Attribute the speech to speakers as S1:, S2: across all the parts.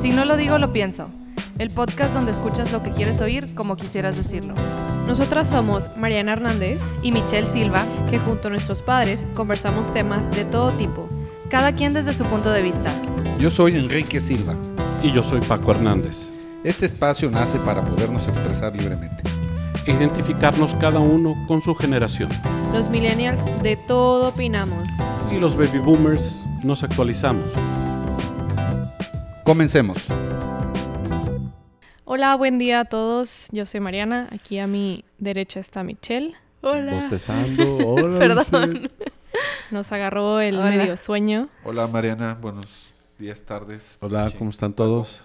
S1: Si no lo digo, lo pienso. El podcast donde escuchas lo que quieres oír como quisieras decirlo.
S2: Nosotras somos Mariana Hernández,
S1: Y Michelle Silva,
S2: que junto a nuestros padres conversamos temas de todo tipo.
S1: cada quien desde su punto de vista.
S3: Yo soy Enrique Silva.
S4: Y yo soy Paco Hernández.
S3: Este espacio nace para podernos expresar libremente.
S4: Identificarnos cada uno con su generación.
S2: Los millennials de todo opinamos.
S4: Y los baby boomers nos actualizamos.
S3: Comencemos.
S2: Hola, buen día a todos. Yo soy Mariana. Aquí a mi derecha está Michelle.
S5: Bostezando. Hola.
S1: Perdón.
S2: Nos agarró el
S1: Hola.
S2: medio sueño.
S5: Hola Mariana, buenos días, tardes.
S4: Hola,
S5: noche.
S4: ¿cómo están todos?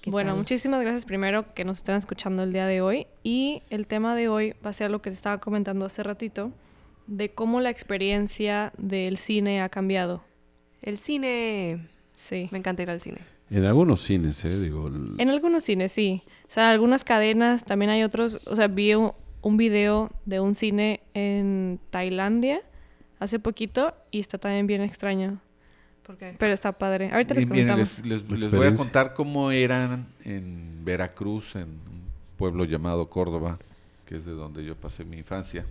S1: ¿Qué
S2: Bueno,
S1: tal?
S2: muchísimas gracias primero que nos están escuchando el día de hoy. Y el tema de hoy va a ser lo que te estaba comentando hace ratito, de cómo la experiencia del cine ha cambiado.
S1: El cine.
S2: Sí.
S1: Me encanta ir al cine.
S4: En algunos cines, eh, digo, el-
S2: En algunos cines, sí. O sea, algunas cadenas, también hay otros. O sea, vi un, un video de un cine en Tailandia hace poquito y está también bien extraño.
S1: ¿Por qué?
S2: Pero está padre. Ahorita les
S5: Bien, bien,
S2: comentamos.
S5: les, les- les
S4: La
S5: voy a
S4: experiencia.
S5: contar cómo eran en Veracruz, en un pueblo llamado Córdoba, que es de donde yo pasé mi infancia.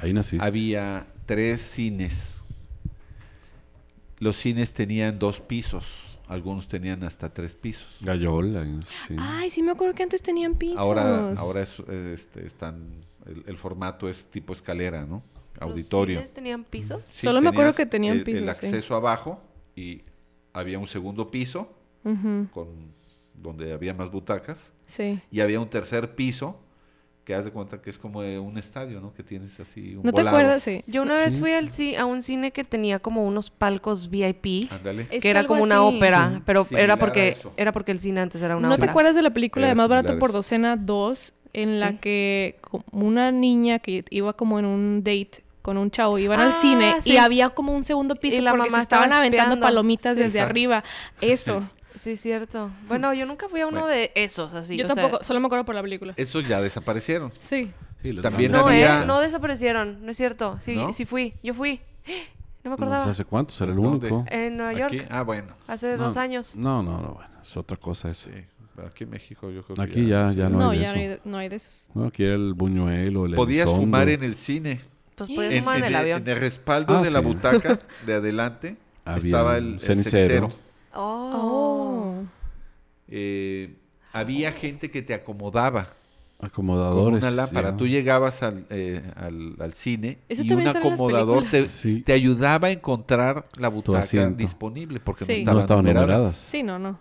S4: ahí naciste.
S5: Había tres cines. Los cines tenían dos pisos, algunos tenían hasta tres pisos.
S4: Gallola. eh, sí.
S1: Ah,
S2: Ay, sí me acuerdo que antes tenían pisos.
S5: Ahora, ahora es, eh, este, están, el, el formato es tipo escalera, ¿no? Auditorio.
S1: tenían pisos?
S2: Solo me acuerdo
S5: tenías
S2: que tenían
S5: el- El
S2: pisos, sí.
S5: acceso abajo y había un segundo piso
S2: Ujú,
S5: con donde había más butacas
S2: Sí.
S5: y había un tercer piso que haz de cuenta que es como de un estadio, ¿no? Que tienes así un
S2: ¿No te
S5: volado.
S2: acuerdas? Sí.
S1: Yo una
S4: Sí.
S1: vez fui al ci- a un cine que tenía como unos palcos VIP,
S5: Ándale.
S2: Es
S1: que era
S2: algo
S1: como una
S2: así.
S1: ópera,
S5: Ah. Sí,
S1: pero
S5: similar
S1: era
S5: a
S1: porque
S5: eso.
S1: era porque el cine antes era una
S2: ¿No te
S1: ópera.
S2: acuerdas de la película de
S5: Era
S2: Más Barato
S5: similar
S2: por
S5: eso.
S2: Docena 2? En
S1: Sí.
S2: la que como una niña que iba como en un date con un chavo, iban
S1: Ah,
S2: al cine
S1: sí.
S2: y había como un segundo piso
S1: Y la
S2: porque
S1: mamá
S2: se estaban
S1: estaba
S2: aventando
S1: espiando.
S2: palomitas
S1: Sí.
S2: desde
S5: Exacto.
S2: arriba. Eso.
S1: Sí, cierto. Bueno, yo nunca fui a uno
S5: Bueno.
S1: de esos así.
S2: Yo
S1: o sea,
S2: tampoco, solo me acuerdo por la película.
S4: eh,
S5: Esos ya desaparecieron.
S2: Sí.
S4: Sí, los
S5: También
S1: No,
S4: cambiaron.
S1: ¿eh?
S5: Había-
S1: no desaparecieron, no es cierto. Sí,
S5: ¿No?
S1: sí fui, yo fui. No me
S4: No,
S1: acordaba.
S4: pues, ¿Hace cuántos? Era el
S5: ¿Dónde?
S4: único.
S1: En Nueva York,
S5: Aquí, ah, bueno.
S1: hace
S4: No,
S1: dos años.
S4: No, no, no, bueno, es otra cosa eso.
S5: Sí. Aquí en México yo creo
S4: Aquí
S5: que
S4: ya, ya no,
S2: No,
S4: hay de
S2: ya no
S4: eso.
S2: hay, de- no hay de esos.
S4: No, aquí era el buñuelo, el
S5: Podías
S4: Elizondo.
S5: fumar en el cine.
S2: ¿Eh?
S1: Pues podías
S5: En,
S1: fumar en,
S5: en
S1: el avión.
S5: en el respaldo
S4: Ah,
S5: de la
S4: sí.
S5: butaca de adelante
S4: Había
S5: estaba
S4: un
S5: el, el cenicero.
S4: cenicero.
S1: Oh.
S2: Oh.
S5: Eh, había gente que te acomodaba con
S4: Acomodadores.
S5: una lámpara.
S4: ya.
S5: Tú llegabas al, eh, al, al cine
S2: Eso
S5: y un
S2: también sale en las
S5: acomodador te,
S4: Sí.
S5: te ayudaba a encontrar la butaca
S4: asiento.
S5: disponible porque
S2: Sí.
S5: no,
S4: No estaban numeradas.
S2: Sí, no, no.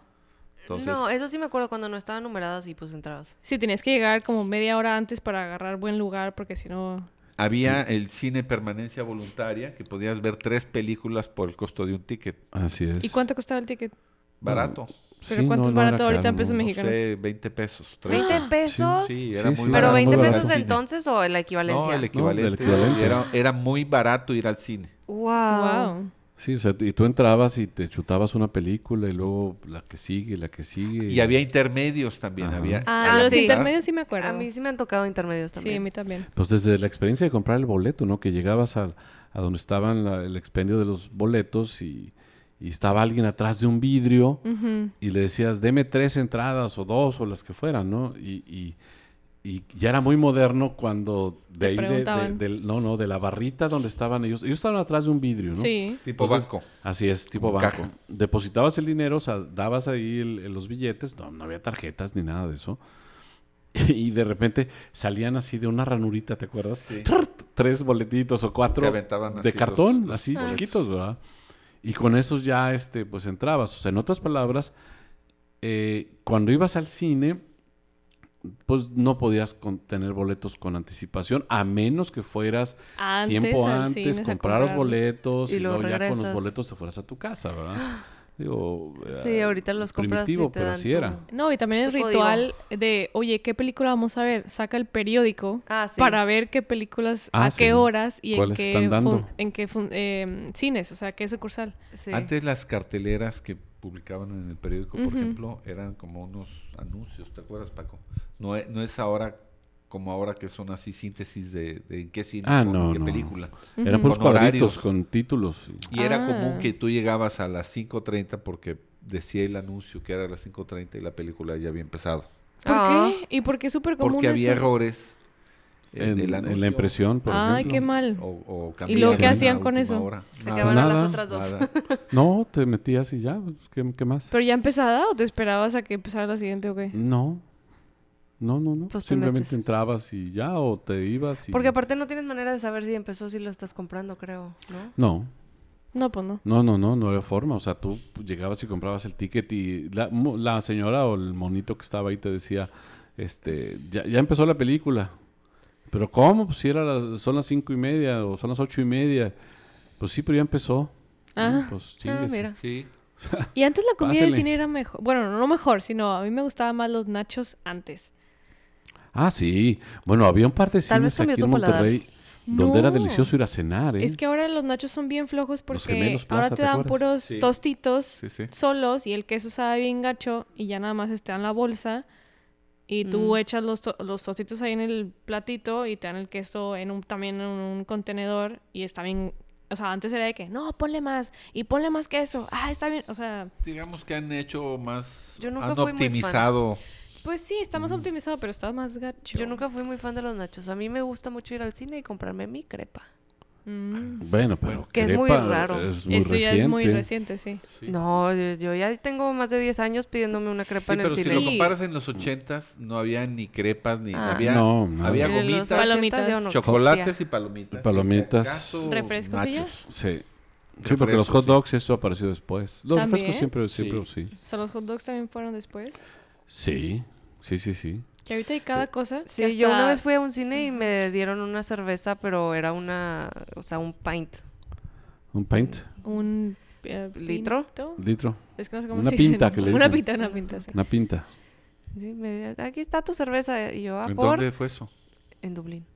S5: Entonces,
S1: no, eso sí me acuerdo cuando no estaban numeradas y pues entrabas.
S2: Sí, tenías que llegar como media hora antes para agarrar buen lugar porque si no...
S5: había el cine permanencia voluntaria que podías ver tres películas por el costo de un ticket.
S4: Así es.
S2: ¿Y cuánto costaba el ticket?
S5: Barato.
S2: ¿Pero
S4: Sí, no,
S2: cuánto es
S4: no era
S2: barato ahorita
S4: caro,
S1: Pues
S2: en pesos
S4: no.
S5: No
S2: mexicanos?
S5: sé, 20 pesos. 30.
S1: ¿20 pesos?
S5: Sí, era
S4: Sí,
S5: muy
S4: sí,
S1: ¿Pero
S5: barato.
S1: 20
S4: muy
S1: pesos
S4: barato.
S1: de entonces o la equivalencia?
S5: No, el
S4: del
S5: equivalente.
S4: equivalente.
S5: Y Era, era muy barato ir al cine.
S1: Wow.
S2: Wow.
S4: Sí, o sea, y tú entrabas y te chutabas una película y luego la que sigue, la que sigue.
S5: Y había intermedios también.
S4: Ajá.
S5: Había
S2: Ah,
S1: Ah,
S2: los
S1: sí.
S2: intermedios sí me acuerdo.
S1: A mí sí me han tocado intermedios
S2: sí, a
S1: también.
S2: mí también.
S4: Pues desde la experiencia de comprar el boleto, ¿no? Que llegabas al- a, donde estaban la- el expendio de los boletos y, y estaba alguien atrás de un vidrio
S2: Ujú.
S4: y le decías, deme tres entradas o dos o las que fueran, ¿no? Y, y- y ya era muy moderno cuando de
S2: Te
S4: ahí, de- de-
S2: preguntaban.
S4: del, no, no, de la barrita donde estaban ellos. Ellos estaban atrás de un vidrio, ¿no?
S2: Sí.
S5: tipo
S4: Entonces,
S5: banco.
S4: Así Pues es, tipo
S5: Como
S4: banco.
S5: caja.
S4: Depositabas el dinero, o sea, dabas ahí el- el- los billetes, no, no había tarjetas ni nada de eso. Y de repente salían así de una ranurita, ¿te acuerdas?
S5: Sí.
S4: Trrr, Tres boletitos o cuatro
S5: Se aventaban
S4: de
S5: así
S4: cartón,
S5: los- los
S4: así
S5: boletos.
S4: chiquitos, ¿verdad? Y con esos ya, este, pues entrabas. O sea, en otras palabras, eh, cuando ibas al cine, pues no podías con- tener boletos con anticipación, a menos que fueras
S2: Antes
S4: tiempo
S2: al cine
S4: antes,
S2: a
S4: comprar los
S2: comprarlos.
S4: boletos
S1: Y
S4: y,
S1: luego
S4: luego ya con los
S1: regresas.
S4: boletos te fueras a tu casa, ¿verdad? Digo,
S1: Sí,
S4: eh,
S1: ahorita los compras y
S4: primitivo,
S1: te
S4: pero
S1: dan
S4: así
S1: tu-
S4: era.
S2: No, y también el
S1: Tu
S2: ritual de, oye, ¿qué película vamos a ver? Saca el periódico
S1: Ah, sí.
S2: para ver qué películas,
S4: Ah,
S2: a qué
S4: sí.
S2: horas y en
S4: ¿Cuáles
S2: qué,
S4: están dando?
S2: fun- en qué fun- eh, cines, o sea, qué sucursal.
S1: Sí.
S5: Antes las carteleras que publicaban en el periódico, por
S2: Ujú.
S5: ejemplo, eran como unos anuncios, ¿te acuerdas, Paco? No es, no es ahora como ahora que son así síntesis de, de en qué cine,
S4: Ah,
S5: con
S4: no,
S5: qué
S4: no.
S5: película.
S4: Eran puros
S5: Con horarios.
S4: cuadritos con títulos.
S5: Y era
S2: Ah.
S5: común que tú llegabas a las 5.30 porque decía el anuncio que era a las 5.30 y la película ya había empezado.
S2: ¿Por
S1: Ah.
S2: qué? ¿Y por qué es súper común
S5: Porque había
S2: eso?
S5: errores Eh,
S4: En, en la impresión, por
S2: Ay,
S4: ejemplo. Oh.
S2: qué mal.
S5: O, o
S2: ¿Y luego
S5: cambiaban
S4: qué
S5: a
S2: hacían con
S5: última
S2: eso?
S5: hora.
S1: Se
S4: Nada.
S1: acabaron las
S4: Nada.
S1: otras dos.
S5: Nada.
S4: No, te metías y ya. pues, ¿Qué, qué más?
S2: ¿Pero ya empezada o te esperabas a que empezara la siguiente o qué?
S4: No. No, no, no.
S1: Pues te metes.
S4: Simplemente entrabas y ya, o te ibas y...
S1: Porque aparte no tienes manera de saber si empezó, si lo estás comprando, creo, ¿no?
S4: No,
S2: No, pues no.
S4: no, no, no, no había forma. O sea, tú llegabas y comprabas el ticket y la, mo- la señora o el monito que estaba ahí te decía, este, ya, ya empezó la película. Pero ¿cómo? Pues si era las- son las cinco y media o son las ocho y media. Pues sí, pero ya empezó.
S2: Ah,
S4: Pues
S1: Ah,
S4: chínguese.
S1: mira.
S5: Sí.
S2: Y antes la comida del
S4: Pásele.
S2: cine era mejor. Bueno, no mejor, sino a mí me gustaban más los nachos antes.
S4: Ah, sí. Bueno, había un par de
S1: Tal vez
S4: cines
S1: cambió
S4: aquí
S1: tu
S4: en
S1: paladar.
S4: Monterrey donde era
S2: No.
S4: delicioso ir a cenar, ¿eh?
S2: Es que ahora los nachos son bien flojos porque
S4: gemelos
S2: ahora
S4: Plaza,
S2: te
S4: ¿te
S2: dan
S4: acuerdas?
S2: puros
S5: Sí.
S2: tostitos
S5: Sí, sí.
S2: solos y el queso sabe bien gacho y ya nada más te dan la bolsa y tú
S1: Mm.
S2: echas los, to- los tostitos ahí en el platito y te dan el queso en un, también en un contenedor y está bien... O sea, antes era de que, no, ponle más y ponle más queso. Ah, está bien. O sea,
S5: Digamos que han hecho más...
S1: Yo nunca
S5: han
S1: fui muy fan.
S5: optimizado.
S2: pues sí, está más optimizado, pero está más gacho.
S1: Yo nunca fui muy fan de los nachos. A mí me gusta mucho ir al cine y comprarme mi crepa.
S2: Mm.
S4: Bueno, pero
S1: que es muy
S4: crepa
S1: raro.
S4: Es muy
S2: Eso ya es muy
S4: reciente.
S2: reciente, sí.
S1: No, yo, yo ya tengo más de 10 años pidiéndome una crepa
S5: Sí,
S1: en el
S5: pero si
S1: cine.
S5: lo
S2: Sí.
S5: comparas en los ochentas, no había ni crepas, ni
S1: Ah.
S5: había,
S4: No, nada.
S5: había
S1: En los
S5: gomitas,
S1: ochentas
S2: Palomitas.
S1: yo no
S5: chocolates y palomitas.
S4: Palomitas.
S5: Y si acaso,
S2: Refrescos y ya.
S5: nachos.
S4: Sí. Sí, porque los
S5: Refrescos,
S4: hot
S5: sí.
S4: dogs eso apareció después. Los
S2: ¿También?
S4: refrescos siempre, siempre sí.
S2: O sea, los hot dogs también fueron después.
S4: Sí, sí, sí, sí.
S2: Que ahorita hay cada cosa. que
S1: Sí, yo
S2: hasta-
S1: una vez fui a un cine y me dieron una cerveza, pero era una, o sea, un pint,
S4: Un pint,
S2: un eh,
S1: ¿Litro?
S2: pinto.
S4: litro,
S2: Es que no sé cómo
S4: Una
S2: se dice,
S4: pinta
S2: ¿no?
S4: que le
S2: Una
S4: dicen.
S2: pinta, una pinta, sí.
S4: una pinta.
S1: Sí, me di- aquí está tu cerveza y yo, ah,
S5: ¿En
S1: por
S5: dónde fue eso?
S1: en Dublín.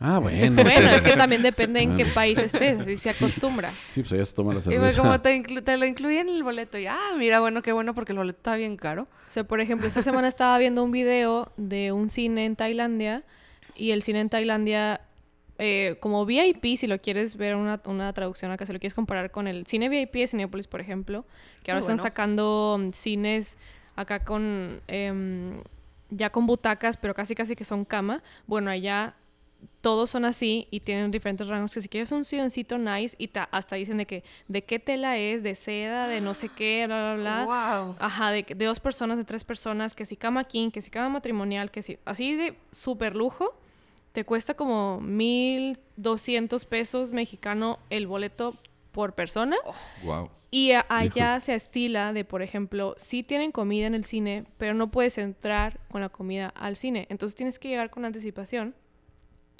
S4: Ah, bueno.
S2: Bueno, es que también depende en qué
S4: Bueno.
S2: país estés, así se
S4: Sí.
S2: acostumbra.
S4: Sí, pues allá se toma la
S1: Y fue como
S4: cerveza.
S1: te, inclu- te lo incluí en el boleto y ah, mira, bueno, qué bueno porque el boleto está bien caro.
S2: O sea, por ejemplo, esta semana estaba viendo un video de un cine en Tailandia y el cine en Tailandia, eh, como VIP, si lo quieres ver una, una traducción acá, si lo quieres comparar con el cine VIP de Cinepolis, por ejemplo, que ahora
S1: Muy
S2: están
S1: bueno.
S2: sacando mm, cines acá con, em, ya con butacas, pero casi casi que son cama. Bueno, allá todos son así y tienen diferentes rangos que si quieres un silloncito nice y ta- hasta dicen de que de qué tela es, de seda, de no sé qué, bla, bla, bla.
S1: Wow.
S2: Ajá, de, de dos personas, de tres personas, que si cama king, que si cama matrimonial, que si... Así de súper lujo, te cuesta como 1.200 pesos mexicano el boleto por persona.
S5: Wow.
S2: Y a- allá se estila de, por ejemplo, sí tienen comida en el cine, pero no puedes entrar con la comida al cine. Entonces tienes que llegar con anticipación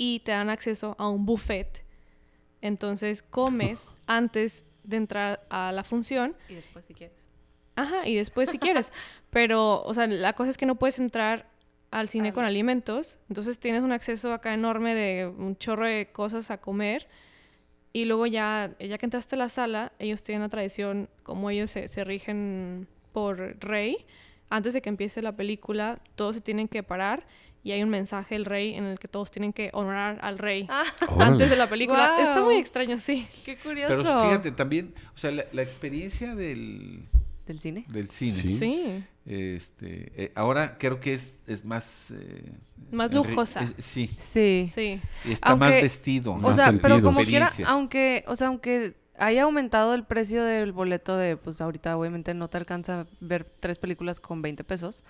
S2: y te dan acceso a un buffet. Entonces comes antes de entrar a la función
S1: Y después si quieres.
S2: Ajá, y después si quieres. Pero, o sea, la cosa es que no puedes entrar al cine
S1: Al-
S2: con alimentos. Entonces tienes un acceso acá enorme de un chorro de cosas a comer. Y luego ya, ya que entraste a la sala, ellos tienen la tradición, como ellos se, se rigen por rey. Antes de que empiece la película, todos se tienen que parar y hay un mensaje del rey en el que todos tienen que honorar al rey antes de la película.
S1: Ah. Guau.
S2: Está muy extraño, sí.
S1: Qué curioso.
S5: Pero fíjate, también, o sea, la, la experiencia del,
S1: Del cine.
S5: del cine,
S4: Sí.
S2: Sí.
S5: este, eh, ahora creo que es, es más... eh,
S2: Más
S5: enri-
S2: lujosa.
S5: eh, sí,
S1: Sí.
S2: Sí.
S5: y está
S1: Aunque-
S5: más vestido.
S1: O
S4: Más
S1: sea, pero
S4: sentido.
S1: como quiera,
S5: Experiencia.
S1: aunque, o sea, aunque haya aumentado el precio del boleto de, pues ahorita obviamente no te alcanza a ver tres películas con 20 pesos.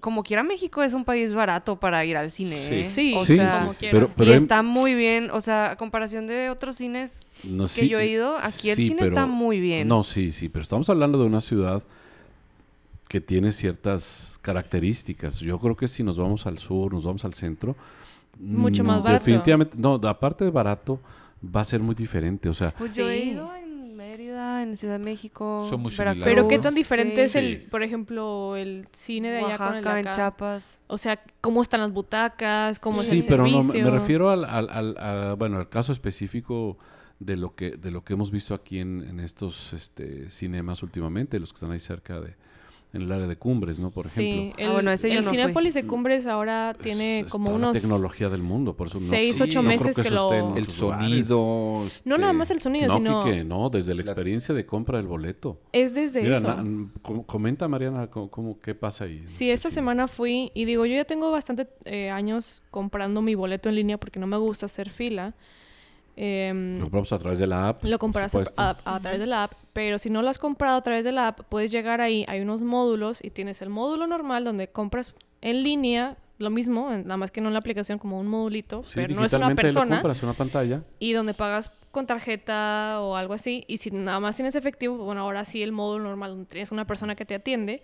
S1: Como quiera, México es un país barato para ir al cine.
S5: Sí.
S1: ¿eh?
S2: Sí,
S1: o
S4: Sí,
S1: sea,
S2: como quiera.
S4: pero, pero
S1: y
S4: hay-
S1: está muy bien, o sea, a comparación de otros cines
S4: no,
S1: que
S4: sí, eh,
S1: yo he ido, aquí el
S4: sí,
S1: cine
S4: pero-
S1: está muy bien.
S4: No, sí, sí, pero estamos hablando de una ciudad que tiene ciertas características. Yo creo que si nos vamos al sur, nos vamos al centro,
S2: Mucho más
S4: mm,
S2: barato.
S4: Definitivamente, no, aparte de barato, va a ser muy diferente. O sea,
S1: Pues yo he
S2: Sí.
S1: ido en Mérida, en Ciudad de México,
S5: Son muy
S1: Veracruz,
S5: similares.
S2: Pero qué tan diferente
S1: sí,
S2: es el,
S5: Sí.
S2: por ejemplo, el cine de allá con el de
S1: Oaxaca, en
S2: acá?
S1: Chiapas.
S2: O sea, cómo están las butacas, cómo
S4: sí,
S2: es el
S4: pero no, me-
S2: servicio.
S4: me refiero al, al- al- a- bueno, al caso específico de lo que, de lo que hemos visto aquí en, en estos este, cinemas últimamente, los que están ahí cerca de, en el área de cumbres, ¿no? Por ejemplo.
S2: Sí, el,
S1: Ah, bueno, ese yo
S2: el
S1: no fui.
S2: Cinépolis de Cumbres ahora tiene
S4: Es-
S2: como
S4: está la
S2: unos...
S4: tecnología del mundo, por eso no-
S2: seis,
S4: no,
S5: ocho
S4: creo
S2: meses que
S4: eso
S2: lo-
S4: esté en
S5: El
S4: otros lugares.
S5: sonido.
S2: No
S5: este,
S2: nada más el sonido,
S4: No,
S2: sino
S4: Quique, no, desde la experiencia de compra del boleto.
S2: es desde
S4: Mira,
S2: eso.
S4: na- n- com- comenta Mariana cómo, cómo- qué pasa ahí. este
S2: Sí, esta semana fui y digo, yo ya tengo bastante eh, años comprando mi boleto en línea porque no me gusta hacer fila. Em,
S4: Lo compramos a través de la app.
S2: lo
S4: por
S2: compras a,
S4: supuesto.
S2: a- a través de la app, pero si no lo has comprado a través de la app, puedes llegar ahí, hay unos módulos y tienes el módulo normal donde compras en línea, lo mismo, en- nada más que no en la aplicación como un modulito,
S4: Sí,
S2: pero no es una
S4: digitalmente lo
S2: persona
S4: compras una pantalla.
S2: y donde pagas con tarjeta o algo así. Y si nada más tienes efectivo, bueno, ahora sí el módulo normal donde tienes una persona que te atiende,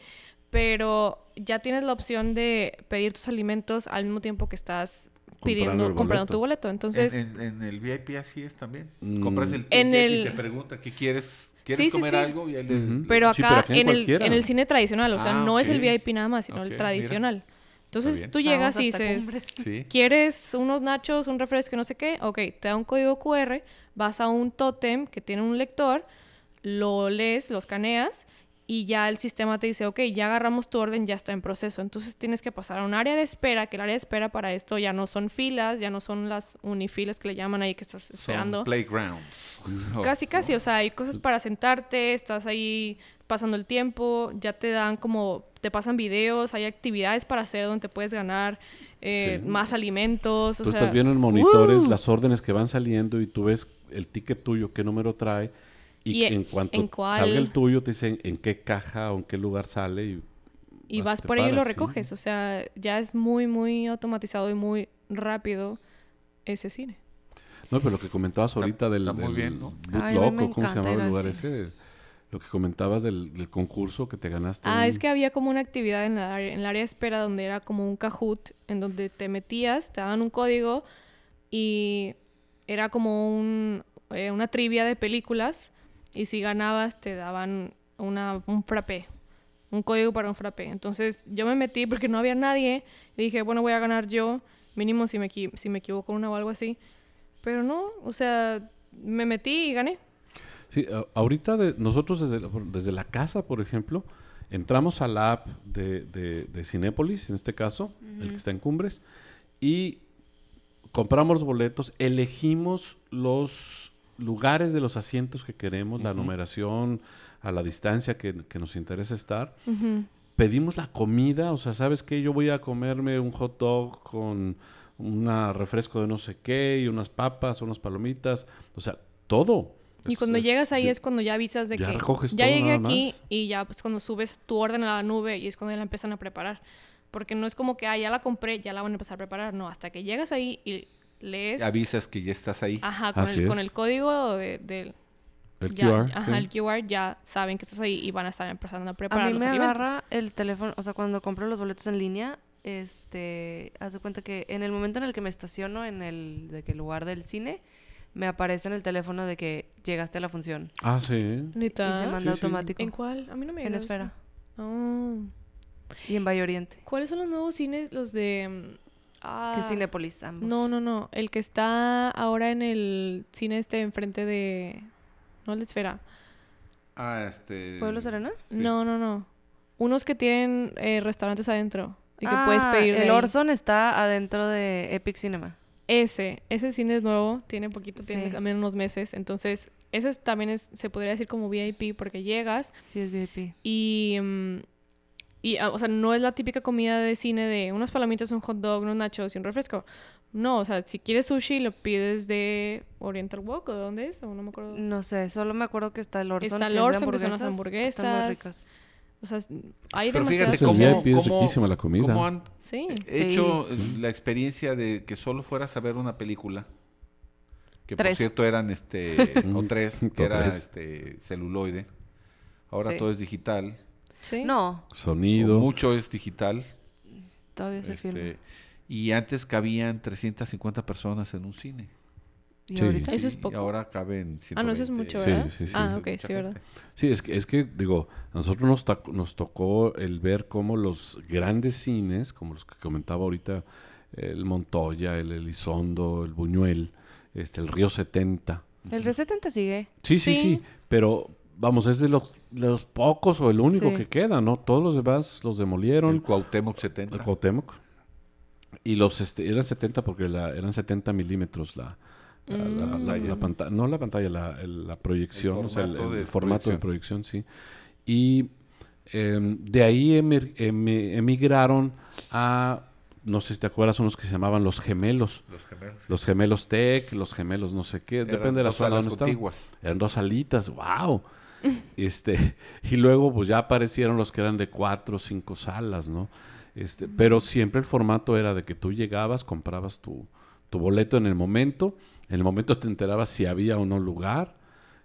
S2: pero ya tienes la opción de pedir tus alimentos al mismo tiempo que estás pidiendo,
S4: el
S2: comprando
S4: boleto.
S2: tu boleto. Entonces,
S5: en, en- en el VIP así es también.
S4: Mm.
S5: Compras el ticket
S2: En
S5: y
S2: el-
S5: te pregunta qué quieres. ¿Quieres
S2: Sí, sí,
S5: comer
S2: sí.
S5: algo? Y ahí le-
S4: Ujú.
S2: pero acá,
S4: Sí, pero acá en
S2: en, el,
S4: cualquiera.
S2: en el cine tradicional, o sea,
S5: Ah,
S2: no es el
S5: ok.
S2: VIP nada más, sino
S5: Ok,
S2: el
S5: mira.
S2: tradicional. Entonces
S5: bien.
S2: tú llegas
S1: Vamos
S2: y
S1: hasta
S2: dices,
S1: cumbres.
S5: Sí.
S2: ¿Quieres unos nachos, un refresco y no sé qué? Ok, te da un código QR, vas a un tótem que tiene un lector, lo lees, lo escaneas y ya el sistema te dice, ok, ya agarramos tu orden, ya está en proceso. Entonces tienes que pasar a un área de espera, que el área de espera para esto ya no son filas, ya no son las unifilas que le llaman ahí que estás esperando.
S5: Son playgrounds.
S4: Oh,
S2: Casi, casi, o sea, hay cosas para sentarte, estás ahí pasando el tiempo, ya te dan como, te pasan videos, hay actividades para hacer donde puedes ganar eh,
S4: Sí.
S2: más alimentos. O
S4: Tú
S2: sea,
S4: estás viendo en monitores
S2: ¡wow!
S4: las órdenes que van saliendo y tú ves el ticket tuyo, qué número trae. Y,
S2: Y e-
S4: en cuanto
S2: en cuál-
S4: salga el tuyo, te dicen en qué caja o en qué lugar sale. Y,
S2: y
S4: vas,
S2: vas
S4: te
S2: por ahí y lo
S4: paras, sí.
S2: recoges, o sea, ya es muy, muy automatizado y muy rápido ese cine.
S4: No, pero lo que comentabas
S5: Está-
S4: ahorita del,
S5: está muy
S4: del
S5: bien, ¿no?
S4: Boot
S1: Ay, a mí
S4: Lock,
S1: me
S4: o ¿cómo se
S1: encanta
S4: llamaba
S1: ir
S4: el
S1: al
S4: lugar
S1: cine.
S4: ese? Lo que comentabas del, del concurso que te ganaste.
S2: Ah,
S4: un-
S2: es que había como una actividad en, la, área- en el área de espera donde era como un Kahoot, en donde te metías, te daban un código y era como un, eh, una trivia de películas y si ganabas te daban una, un frappé, un código para un frappé. Entonces yo me metí porque no había nadie y dije, bueno, voy a ganar yo, mínimo si me, equi- si me equivoco una o algo así. Pero no, o sea, me metí y gané.
S4: Sí, a- ahorita de- nosotros desde la, desde la casa, por ejemplo, entramos a la app de, de, de Cinépolis, en este caso, el que está en Cumbres, y compramos los boletos, elegimos los lugares de los asientos que queremos, la numeración, a la distancia que, que nos interesa estar. Pedimos la comida, o sea, ¿sabes qué? Yo voy a comerme un hot dog con un refresco de no sé qué y unas papas, unas palomitas, o sea, todo.
S2: Y
S4: Es-
S2: cuando
S4: es-
S2: llegas ahí
S4: yo-
S2: es cuando ya avisas de
S4: ya
S2: que
S4: recoges
S2: ya
S4: todo
S2: llegué
S4: nada
S2: aquí
S4: más.
S2: y ya pues cuando subes tu orden a la nube y es cuando ya la empiezan a preparar. Porque no es como que, ah, ya la compré, ya la van a empezar a preparar. No, hasta que llegas ahí y lees,
S5: Avisas que ya estás ahí.
S2: ajá, con,
S4: Así
S2: el, con
S4: es.
S2: el código de- del...
S4: El
S2: ya-
S4: QR.
S2: Ajá,
S4: sí.
S2: el QR ya saben que estás ahí y van a estar empezando a
S1: A
S2: preparar
S1: mí
S2: los
S1: me
S2: alimentos.
S1: agarra el teléfono, o sea, cuando compro los boletos en línea, este, haz de cuenta que en el momento en el que me estaciono en el de que lugar del cine, me aparece en el teléfono de que llegaste a la función
S4: Ah, sí.
S1: y se
S2: ¿Neta?
S1: manda
S4: sí.
S1: automático
S2: Ah. ¿En cuál? A mí no me
S1: en
S2: llegó eso.
S1: Esfera
S2: Ah.
S1: y en Valle Oriente,
S2: ¿Cuáles son los nuevos cines? Los de... mm, Ah,
S1: que es Cinépolis ambos.
S2: No, no, no. El que está ahora en el cine este enfrente de... No, el de Esfera.
S5: Ah, este.
S1: ¿Pueblo Serena?
S5: Sí.
S2: No, no, no. Unos que tienen eh, restaurantes adentro. Y que
S1: Ah,
S2: puedes pedir de
S1: el
S2: ahí.
S1: Orson está adentro de Epic Cinema.
S2: Ese. Ese cine es nuevo. Tiene poquito, tiene
S1: Sí.
S2: también unos meses. Entonces, ese es- también es- se podría decir como VIP porque llegas
S1: Sí, es VIP.
S2: y... mm, y, ah, o sea, no es la típica comida de cine de unas palomitas, un hot dog, unos nachos y un refresco. No, o sea, si quieres sushi, lo pides de Oriental Walk o de dónde es, o no me acuerdo.
S1: No sé, solo me acuerdo que está el Orson.
S2: Está el
S1: que es de
S2: Orson, que son las
S1: Están muy
S2: hamburguesas.
S1: ricas.
S2: O sea, hay
S5: Pero
S2: demasiadas
S5: fíjate
S4: Entonces,
S5: cómo,
S4: el VIP es
S5: cómo-
S4: riquísima la comida.
S5: cómo han
S2: Sí.
S5: hecho la experiencia de que solo fueras a ver una película. Que por
S1: Tres.
S5: cierto eran este. o tres,
S4: O
S5: que era
S4: tres.
S5: este celuloide. Ahora
S1: Sí.
S5: todo es digital.
S2: Sí.
S1: No,
S4: Sonido.
S5: Mucho es digital.
S1: todavía se
S5: este,
S1: filma.
S5: y antes cabían 350 personas en un cine.
S1: ¿Y
S4: sí.
S1: ahorita?
S2: Eso es
S5: Y
S2: poco.
S5: ahora caben
S2: Ah, no, eso es
S5: 120.
S2: mucho,
S4: Sí,
S2: ¿verdad?
S4: sí, sí.
S2: Ah,
S5: Es
S2: ok,
S5: mucha
S2: sí, ¿verdad?
S5: gente.
S4: Sí, es que, es que, digo, a nosotros nos, tac- nos tocó el ver cómo los grandes cines, como los que comentaba ahorita, el Montoya, el Elizondo, el Buñuel, este, el Río 70.
S1: El Río 70 sigue.
S4: Sí, sí, sí,
S2: Sí.
S4: pero vamos, es de los, los pocos o el único
S1: Sí.
S4: que queda, ¿no? Todos los demás los
S5: El
S4: demolieron.
S5: Cuauhtémoc 70.
S4: El Cuauhtémoc. Y los este, eran 70 porque la, eran 70 milímetros la, la, la- la- la pantalla. No la pantalla, la, el- la proyección,
S5: El
S4: o sea, el,
S5: Mm. formato
S4: el
S5: de
S4: formato de proyección, sí. Y em, de ahí emer- emi- emigraron a, no sé si te acuerdas, unos que se llamaban los gemelos.
S5: Los gemelos.
S4: Los gemelos Tech, los gemelos no sé qué,
S5: Eran
S4: depende de la
S5: dos
S4: zona
S5: alas
S4: donde estaban.
S5: contiguas.
S4: Eran dos alitas, wow. Este, y luego pues ya aparecieron los que eran de cuatro o cinco salas, ¿no? Este, pero siempre el formato era de que tú llegabas, comprabas tu, tu boleto en el momento, en el momento te enterabas si había o no lugar.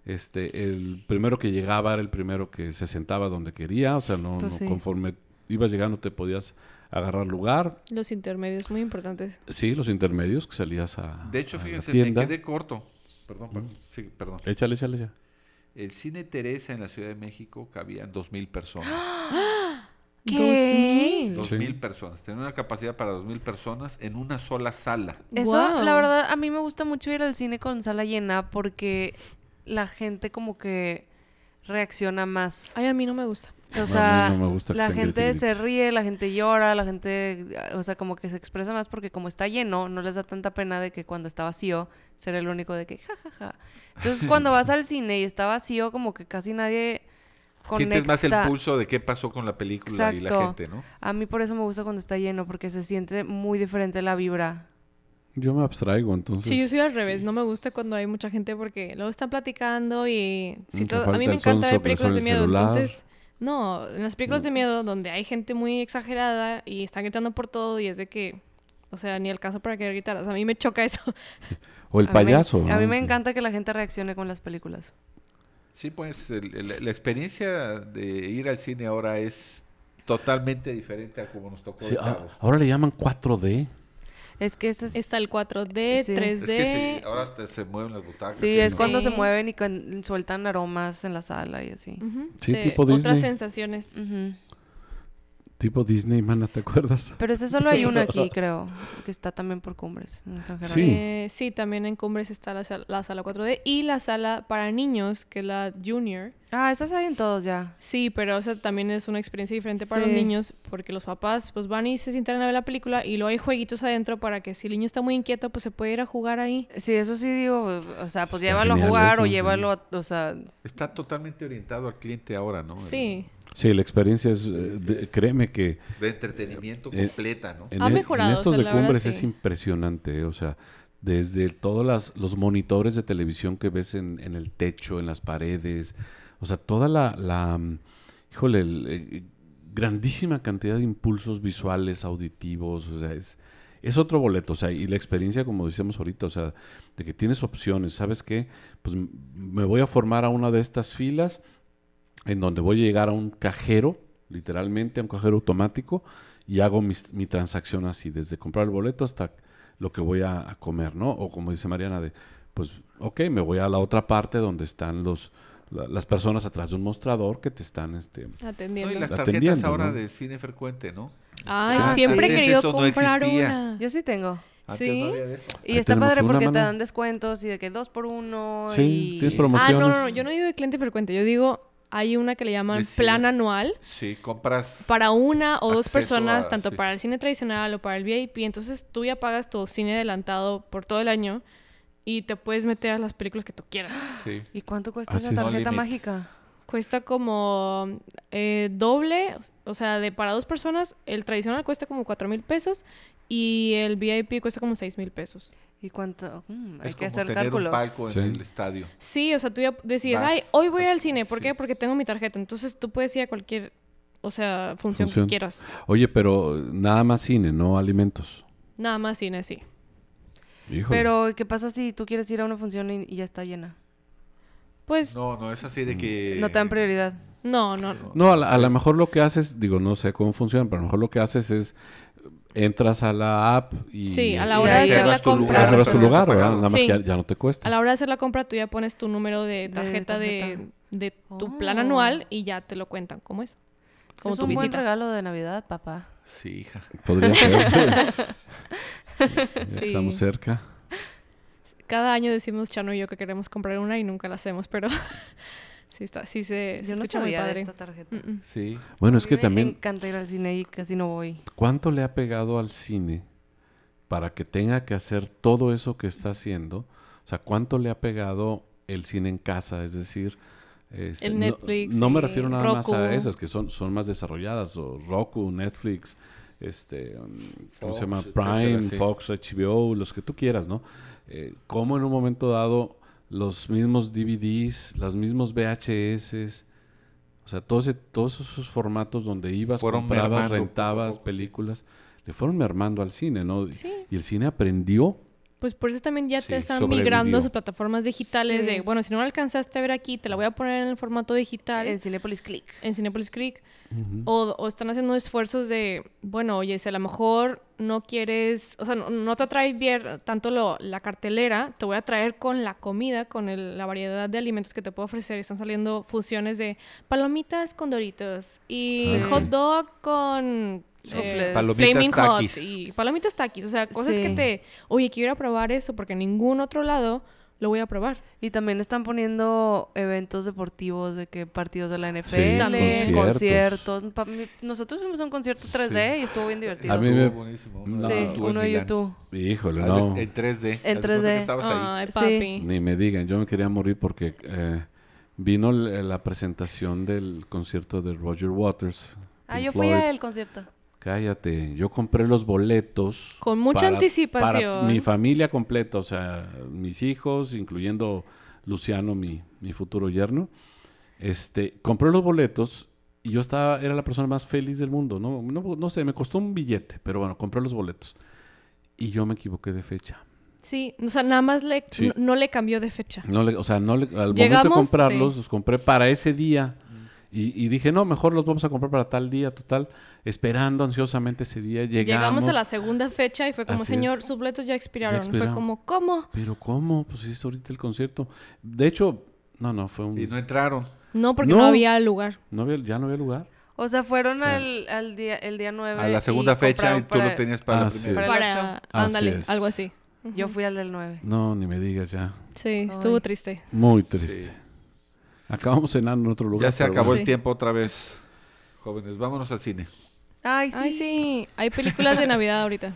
S4: Este, el primero que llegaba era el primero que se sentaba donde quería, o sea, no,
S1: Pues
S4: no-
S1: sí.
S4: conforme ibas llegando te podías agarrar lugar.
S2: Los intermedios, muy importantes.
S4: Sí, los intermedios que salías a
S5: De hecho,
S4: a Ah, la
S5: fíjense, me
S4: tienda. Mm.
S5: quedé corto. Perdón, perdón. Sí, perdón.
S4: Échale, échale ya.
S5: El cine Teresa en la Ciudad de México cabían 2.000
S1: ¡Ah!
S5: personas.
S1: ¿Qué?
S2: Dos mil.
S5: 2.000 personas. Tenía una capacidad para 2.000 personas en una sola sala.
S1: Eso,
S2: Guau.
S1: la verdad, a mí me gusta mucho ir al cine con sala llena porque la gente como que reacciona más.
S2: Ay, a mí no me gusta.
S1: O sea,
S4: no me gusta que
S1: la
S4: estén
S1: gente
S4: grite y
S1: se
S4: grite.
S1: ríe, la gente llora, la gente, o sea, como que se expresa más porque como está lleno, no les da tanta pena de que cuando está vacío ser el único de que jajaja. Entonces, cuando vas al cine y está vacío, como que casi nadie conecta.
S5: Sientes más el pulso de qué pasó con la película y la
S1: Exacto.
S5: gente, ¿no?
S1: A mí por eso me gusta cuando está lleno porque se siente muy diferente la vibra.
S4: Yo me abstraigo, entonces.
S2: Sí, yo soy al revés. No me gusta cuando hay mucha gente porque luego están platicando y... si
S4: Mm, te
S2: todo-
S4: falta
S2: a mí me
S4: el
S2: encanta
S4: sonso,
S2: ver
S4: pero
S2: películas
S4: suena
S2: de
S4: el
S2: miedo.
S4: celular.
S2: Entonces, no, en las películas de miedo donde hay gente muy exagerada y están gritando por todo y es de que... O sea, ni el caso para querer gritar. O sea, a mí me choca eso.
S4: O el
S1: A mí me-
S4: payaso.
S1: a mí
S4: ¿no?
S1: me encanta que la gente reaccione con las películas.
S5: Sí, pues el- el- la experiencia de ir al cine ahora es totalmente diferente a como nos tocó
S4: Sí,
S5: de
S4: ah,
S5: chavos.
S4: ahora le llaman 4D.
S1: Es que ese es...
S2: Está el 4D,
S1: Sí.
S2: 3D...
S5: Es que se- ahora hasta se mueven las butacas.
S1: Sí, es
S5: ¿no?
S1: cuando se
S2: Sí.
S1: mueven y con- sueltan aromas en la sala y así.
S2: Ujú,
S4: Sí,
S2: de
S4: tipo
S2: Otras
S4: Disney.
S2: sensaciones.
S1: Ujú.
S4: Tipo Disney, mana, ¿te acuerdas?
S1: Pero ese solo hay
S2: Sí.
S1: uno aquí, creo, que está también por cumbres, en San Jerónimo.
S4: Sí.
S2: Eh, sí, también en Cumbres está la, sal- la sala 4D y la sala para niños, que es la Junior.
S1: Ah, esas hay en todos ya.
S2: Sí, pero o sea, también es una experiencia diferente para
S1: Sí.
S2: los niños porque los papás pues van y se sientan a ver la película y luego hay jueguitos adentro para que si el niño está muy inquieto pues se puede ir a jugar ahí.
S1: Sí, eso sí digo, o sea, pues
S4: Está
S1: llévalo a
S4: genial
S1: jugar
S4: eso,
S1: o
S4: sí.
S1: llévalo a, o sea,
S5: Está totalmente orientado al cliente ahora, ¿no?
S2: Sí.
S4: Sí, la experiencia es. eh, de- créeme que
S5: El- de entretenimiento
S4: Eh,
S5: completa, ¿no?
S4: en,
S2: Ha
S4: e- en
S2: mejorado, o
S4: estos
S2: sea,
S4: de
S2: la verdad,
S4: cumbres
S2: sí.
S4: es impresionante. eh, O sea, desde todos las- los monitores de televisión que ves en, en el techo, en las paredes. O sea, toda la. la, mm, híjole, el- eh, grandísima cantidad de impulsos visuales, auditivos. O sea, es. es otro boleto, o sea, y la experiencia, como decíamos ahorita, o sea, de que tienes opciones, ¿sabes qué? Pues m- me voy a formar a una de estas filas en donde voy a llegar a un cajero, literalmente a un cajero automático, y hago mis- mi transacción así, desde comprar el boleto hasta lo que voy a, a comer, ¿no? O como dice Mariana, de, pues, ok, me voy a la otra parte donde están los, la- las personas atrás de un mostrador que te están, este...
S5: No,
S2: Atendiendo.
S5: y las tarjetas
S4: Atendiendo,
S5: ahora
S4: ¿no?
S5: de cine frecuente, ¿no?
S2: Ay,
S1: Ah,
S2: siempre
S1: sí.
S2: he querido
S5: Antes eso no
S2: comprar
S5: existía.
S2: una.
S1: yo sí tengo.
S5: Antes
S2: Sí.
S5: no había de eso.
S1: Y
S4: Ahí
S1: está
S4: tenemos
S1: padre
S4: una,
S1: porque te
S4: mana.
S1: dan descuentos y de que dos por uno
S4: Sí,
S1: y...
S4: tienes
S2: Ah, no,
S4: promociones.
S2: no, no, yo no digo de cliente frecuente, yo digo hay una que le llaman
S5: De cine.
S2: plan anual.
S5: Sí, compras.
S2: para una o dos
S5: Acceso
S2: personas,
S5: a-
S2: tanto
S5: sí.
S2: para el cine tradicional o para el VIP. Entonces tú ya pagas tu cine adelantado por todo el año y te puedes meter a las películas que tú quieras.
S5: Sí.
S1: ¿Y cuánto cuesta
S4: Ah,
S1: esa
S4: sí. No
S1: tarjeta
S5: limit.
S1: mágica?
S2: Cuesta como eh, doble, o sea, de para dos personas, el tradicional cuesta como cuatro mil pesos y el VIP cuesta como seis mil pesos.
S1: ¿Y cuánto? Mm, hay
S5: Es
S1: que
S5: como
S1: hacer
S5: tener
S1: cálculos.
S5: un palco en
S4: Sí.
S5: el estadio.
S2: Sí, o sea, tú ya decides,
S5: Vas.
S2: ay, hoy voy a ir al cine, ¿por
S5: Sí.
S2: qué? Porque tengo mi tarjeta. Entonces tú puedes ir a cualquier, o sea, función,
S4: Función.
S2: que quieras.
S4: Oye, pero eh, nada más cine, no alimentos.
S2: Nada más cine, sí.
S4: Híjole.
S1: Pero, ¿qué pasa si tú quieres ir a una función y, y ya está llena?
S2: Pues
S5: No, no es
S4: Mm.
S5: así de que.
S1: No te dan prioridad.
S2: no, no, no.
S4: No, a la- a lo mejor lo que haces, digo, no sé cómo funciona, pero a lo mejor lo que haces es eh, entras a la app y
S2: Sí, a la
S4: este,
S2: hora de
S5: reservas
S2: hacer la
S5: tu lugar,
S2: compra.
S4: ya reservas tu
S5: Reservas
S4: lugar,
S5: tu
S4: ¿verdad?
S5: pagado.
S4: Nada más que
S2: Sí.
S4: ya, ya no te cuesta.
S2: A la hora de hacer la compra, tú ya pones tu número de tarjeta de,
S1: tarjeta.
S2: de tu plan
S1: Oh.
S2: anual y ya te lo cuentan. ¿Cómo es? Como
S1: es
S2: tu
S1: un buen
S2: visita.
S1: regalo de Navidad, papá.
S5: Sí, hija.
S4: Podría ser. Ya
S2: Sí.
S4: Estamos cerca.
S2: Cada año decimos Chano y yo que queremos comprar una y nunca la hacemos, pero sí, Sí, está, sí se, se
S1: Yo no
S2: escucha muy
S1: sabía de
S2: padre.
S1: esta tarjeta.
S2: Mm, mm.
S5: Sí.
S4: Bueno, es
S1: A mí
S4: que
S1: me
S4: también,
S1: encanta ir al cine y casi no voy.
S4: ¿cuánto le ha pegado al cine para que tenga que hacer todo eso que está haciendo? O sea, ¿cuánto le ha pegado el cine en casa? Es decir, este,
S2: El
S4: no-
S2: Netflix,
S4: No, me
S2: eh,
S4: refiero nada más a
S2: Roku.
S4: esas que son, son más desarrolladas, o Roku, Netflix, este, um, ¿cómo se llama?
S5: Fox,
S4: Prime,
S5: etcétera, sí.
S4: Fox, HBO, los que tú quieras, ¿no? Eh, ¿Cómo en un momento dado los mismos DVDs, los mismos VHS, o sea, todo ese- todos esos formatos donde ibas,
S5: Fueron
S4: comprabas,
S5: mermando poco a
S4: rentabas
S5: poco, sí.
S4: películas, le fueron mermando al cine, ¿no? Y-
S2: Sí.
S4: Y el cine aprendió.
S2: Pues por eso también ya te
S5: Sí,
S2: están
S5: sobrevivió.
S2: migrando a sus plataformas digitales
S1: Sí.
S2: de, bueno, si no la alcanzaste a ver aquí, te la voy a poner en el formato digital.
S1: En Cinepolis Click.
S2: en Cinepolis Creek. o, o están haciendo esfuerzos de, bueno, oye, si a lo mejor no quieres, o sea, no, no te atrae bien tanto lo- la cartelera, te voy a traer con la comida, con el- la variedad de alimentos que te puedo ofrecer. Están saliendo fusiones de palomitas con doritos y
S1: Ah,
S2: hot
S1: sí.
S2: dog con... eh,
S1: Sufles.
S5: Palomitas
S2: Flaming Hot
S5: Takis.
S2: y palomitas taquis, o sea, cosas que
S1: Sí.
S2: te, oye, quiero ir a probar eso porque en ningún otro lado lo voy a probar.
S1: Y también están poniendo eventos deportivos de que partidos de la NFL,
S2: también.
S1: conciertos. Pa- mi- Nosotros fuimos a un concierto 3D y estuvo bien divertido.
S4: A mí me-
S5: Estuvo buenísimo.
S4: No,
S1: sí,
S5: estuvo en
S1: uno de
S5: Milán.
S1: YouTube.
S4: Híjole,
S5: Haz de-
S4: no.
S5: En 3D.
S1: En
S5: Haz de cuenta que
S1: 3D.
S5: estabas ahí.
S2: Ay,
S1: Sí.
S2: papi.
S4: Ni me digan, yo me quería morir porque eh, vino l- eh, la presentación del concierto de Roger Waters.
S1: Ah,
S4: Pink
S1: yo fui
S4: Floyd.
S1: al concierto.
S4: Cállate, yo compré los boletos.
S2: Con mucha anticipación.
S4: para mi familia completa, o sea, mis hijos, incluyendo Luciano, mi, mi futuro yerno. Este, compré los boletos y yo estaba, era la persona más feliz del mundo. No, no, no sé, me costó un billete, pero bueno, compré los boletos. Y yo me equivoqué de fecha.
S2: Sí, o sea, nada más le,
S4: Sí.
S2: no, no le cambió de fecha.
S4: No le- o sea, no le- al momento de
S2: Llegamos,
S4: comprarlos,
S2: sí. Mm.
S4: los compré para ese día. Y, y dije, no, mejor los vamos a comprar para tal día, total. Esperando ansiosamente ese día. Llegamos,
S2: Llegamos a la segunda fecha y fue como,
S4: Así
S2: señor,
S4: es.
S2: sus boletos ya expiraron.
S4: expiraron.
S2: Fue como, ¿cómo?
S4: Pero ¿cómo? Pues es ahorita el concierto. De hecho, no, no, fue un...
S5: Y
S4: no,
S5: no entraron.
S2: No, porque no,
S4: No.
S2: había lugar.
S4: había, ya no había lugar.
S1: O sea, fueron al, al día, el día 9.
S5: A la segunda fecha y tú lo
S1: tenías.
S5: tenías para
S4: Ah,
S5: la
S4: sí.
S5: primera.
S1: Para- el
S2: Para,
S1: ocho.
S4: Así
S2: ándale,
S4: es.
S2: algo así.
S1: Yo fui al del 9.
S4: No, ni me digas ya.
S2: Sí, estuvo
S1: Ay.
S2: triste.
S4: Muy triste. Acabamos cenando en otro lugar.
S5: Ya se
S4: pero
S5: acabó
S4: bueno.
S5: el
S2: Sí.
S5: tiempo otra vez. Jóvenes, vámonos al cine.
S1: Ay, sí.
S2: Ay, sí, hay películas de Navidad ahorita.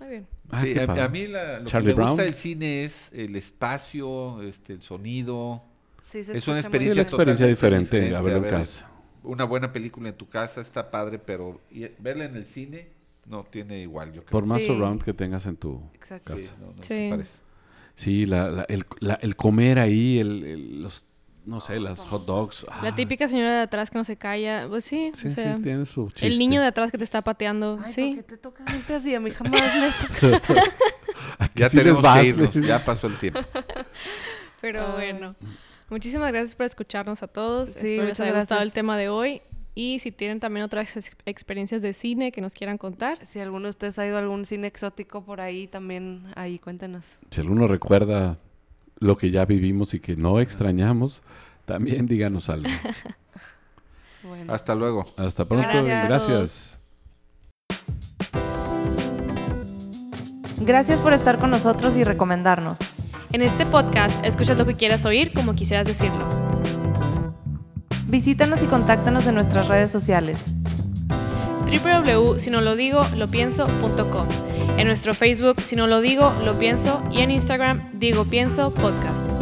S2: Muy bien.
S4: Ah,
S5: Sí,
S4: qué
S5: a,
S4: padre.
S5: a mí la- lo
S4: Charlie
S5: que me
S4: Brown.
S5: gusta del cine es el espacio, este, el sonido.
S1: Sí, se
S5: Es una
S1: escucha muy
S5: experiencia
S4: Sí,
S1: bien.
S4: la
S5: totalmente
S4: experiencia diferente,
S5: diferente
S4: a verlo
S5: a
S4: en
S5: ver-
S4: casa.
S5: Una buena película en tu casa está padre, pero y- eh, verla en el cine no tiene igual, yo creo.
S4: Por más
S1: Sí.
S4: surround que tengas en tu...
S1: Exacto.
S5: Sí,
S4: casa.
S5: no, no
S2: Sí.
S5: se parece.
S4: Sí, la, la- el, la- el comer ahí, el, el- los, no sé, las hot dogs.
S2: La
S4: Ah,
S2: típica señora de atrás que no se calla. Pues sí,
S4: Sí,
S2: o
S4: sí,
S2: sea,
S4: tiene su chiste.
S2: el niño de atrás que te está pateando.
S1: Ay, ¿por
S2: sí.
S1: qué te toca gente así? A mí jamás me toca.
S4: Aquí
S5: Ya
S4: sí les
S5: tenemos
S4: vas,
S5: que irnos,
S4: les-
S5: ya pasó el tiempo.
S2: Pero
S1: Ay.
S2: bueno, muchísimas gracias por escucharnos a todos.
S1: Sí,
S2: Espero
S1: muchas
S2: les haya gustado
S1: gracias.
S2: el tema de hoy. Y si tienen también otras ex- experiencias de cine que nos quieran contar,
S1: Si alguno de ustedes ha ido a algún cine exótico por ahí, también ahí cuéntenos.
S4: Si alguno recuerda lo que ya vivimos y que no extrañamos, también díganos algo.
S1: Bueno.
S5: Hasta luego.
S4: Hasta pronto.
S1: Gracias a
S4: y gracias.
S1: Gracias por estar con nosotros y recomendarnos.
S2: En este podcast escuchas lo que quieras oír como quisieras decirlo.
S1: Visítanos y contáctanos en nuestras redes sociales.
S2: www si no lo digo, lo pienso.com. En nuestro Facebook, si no lo digo, lo pienso. Y en Instagram, digo pienso podcast.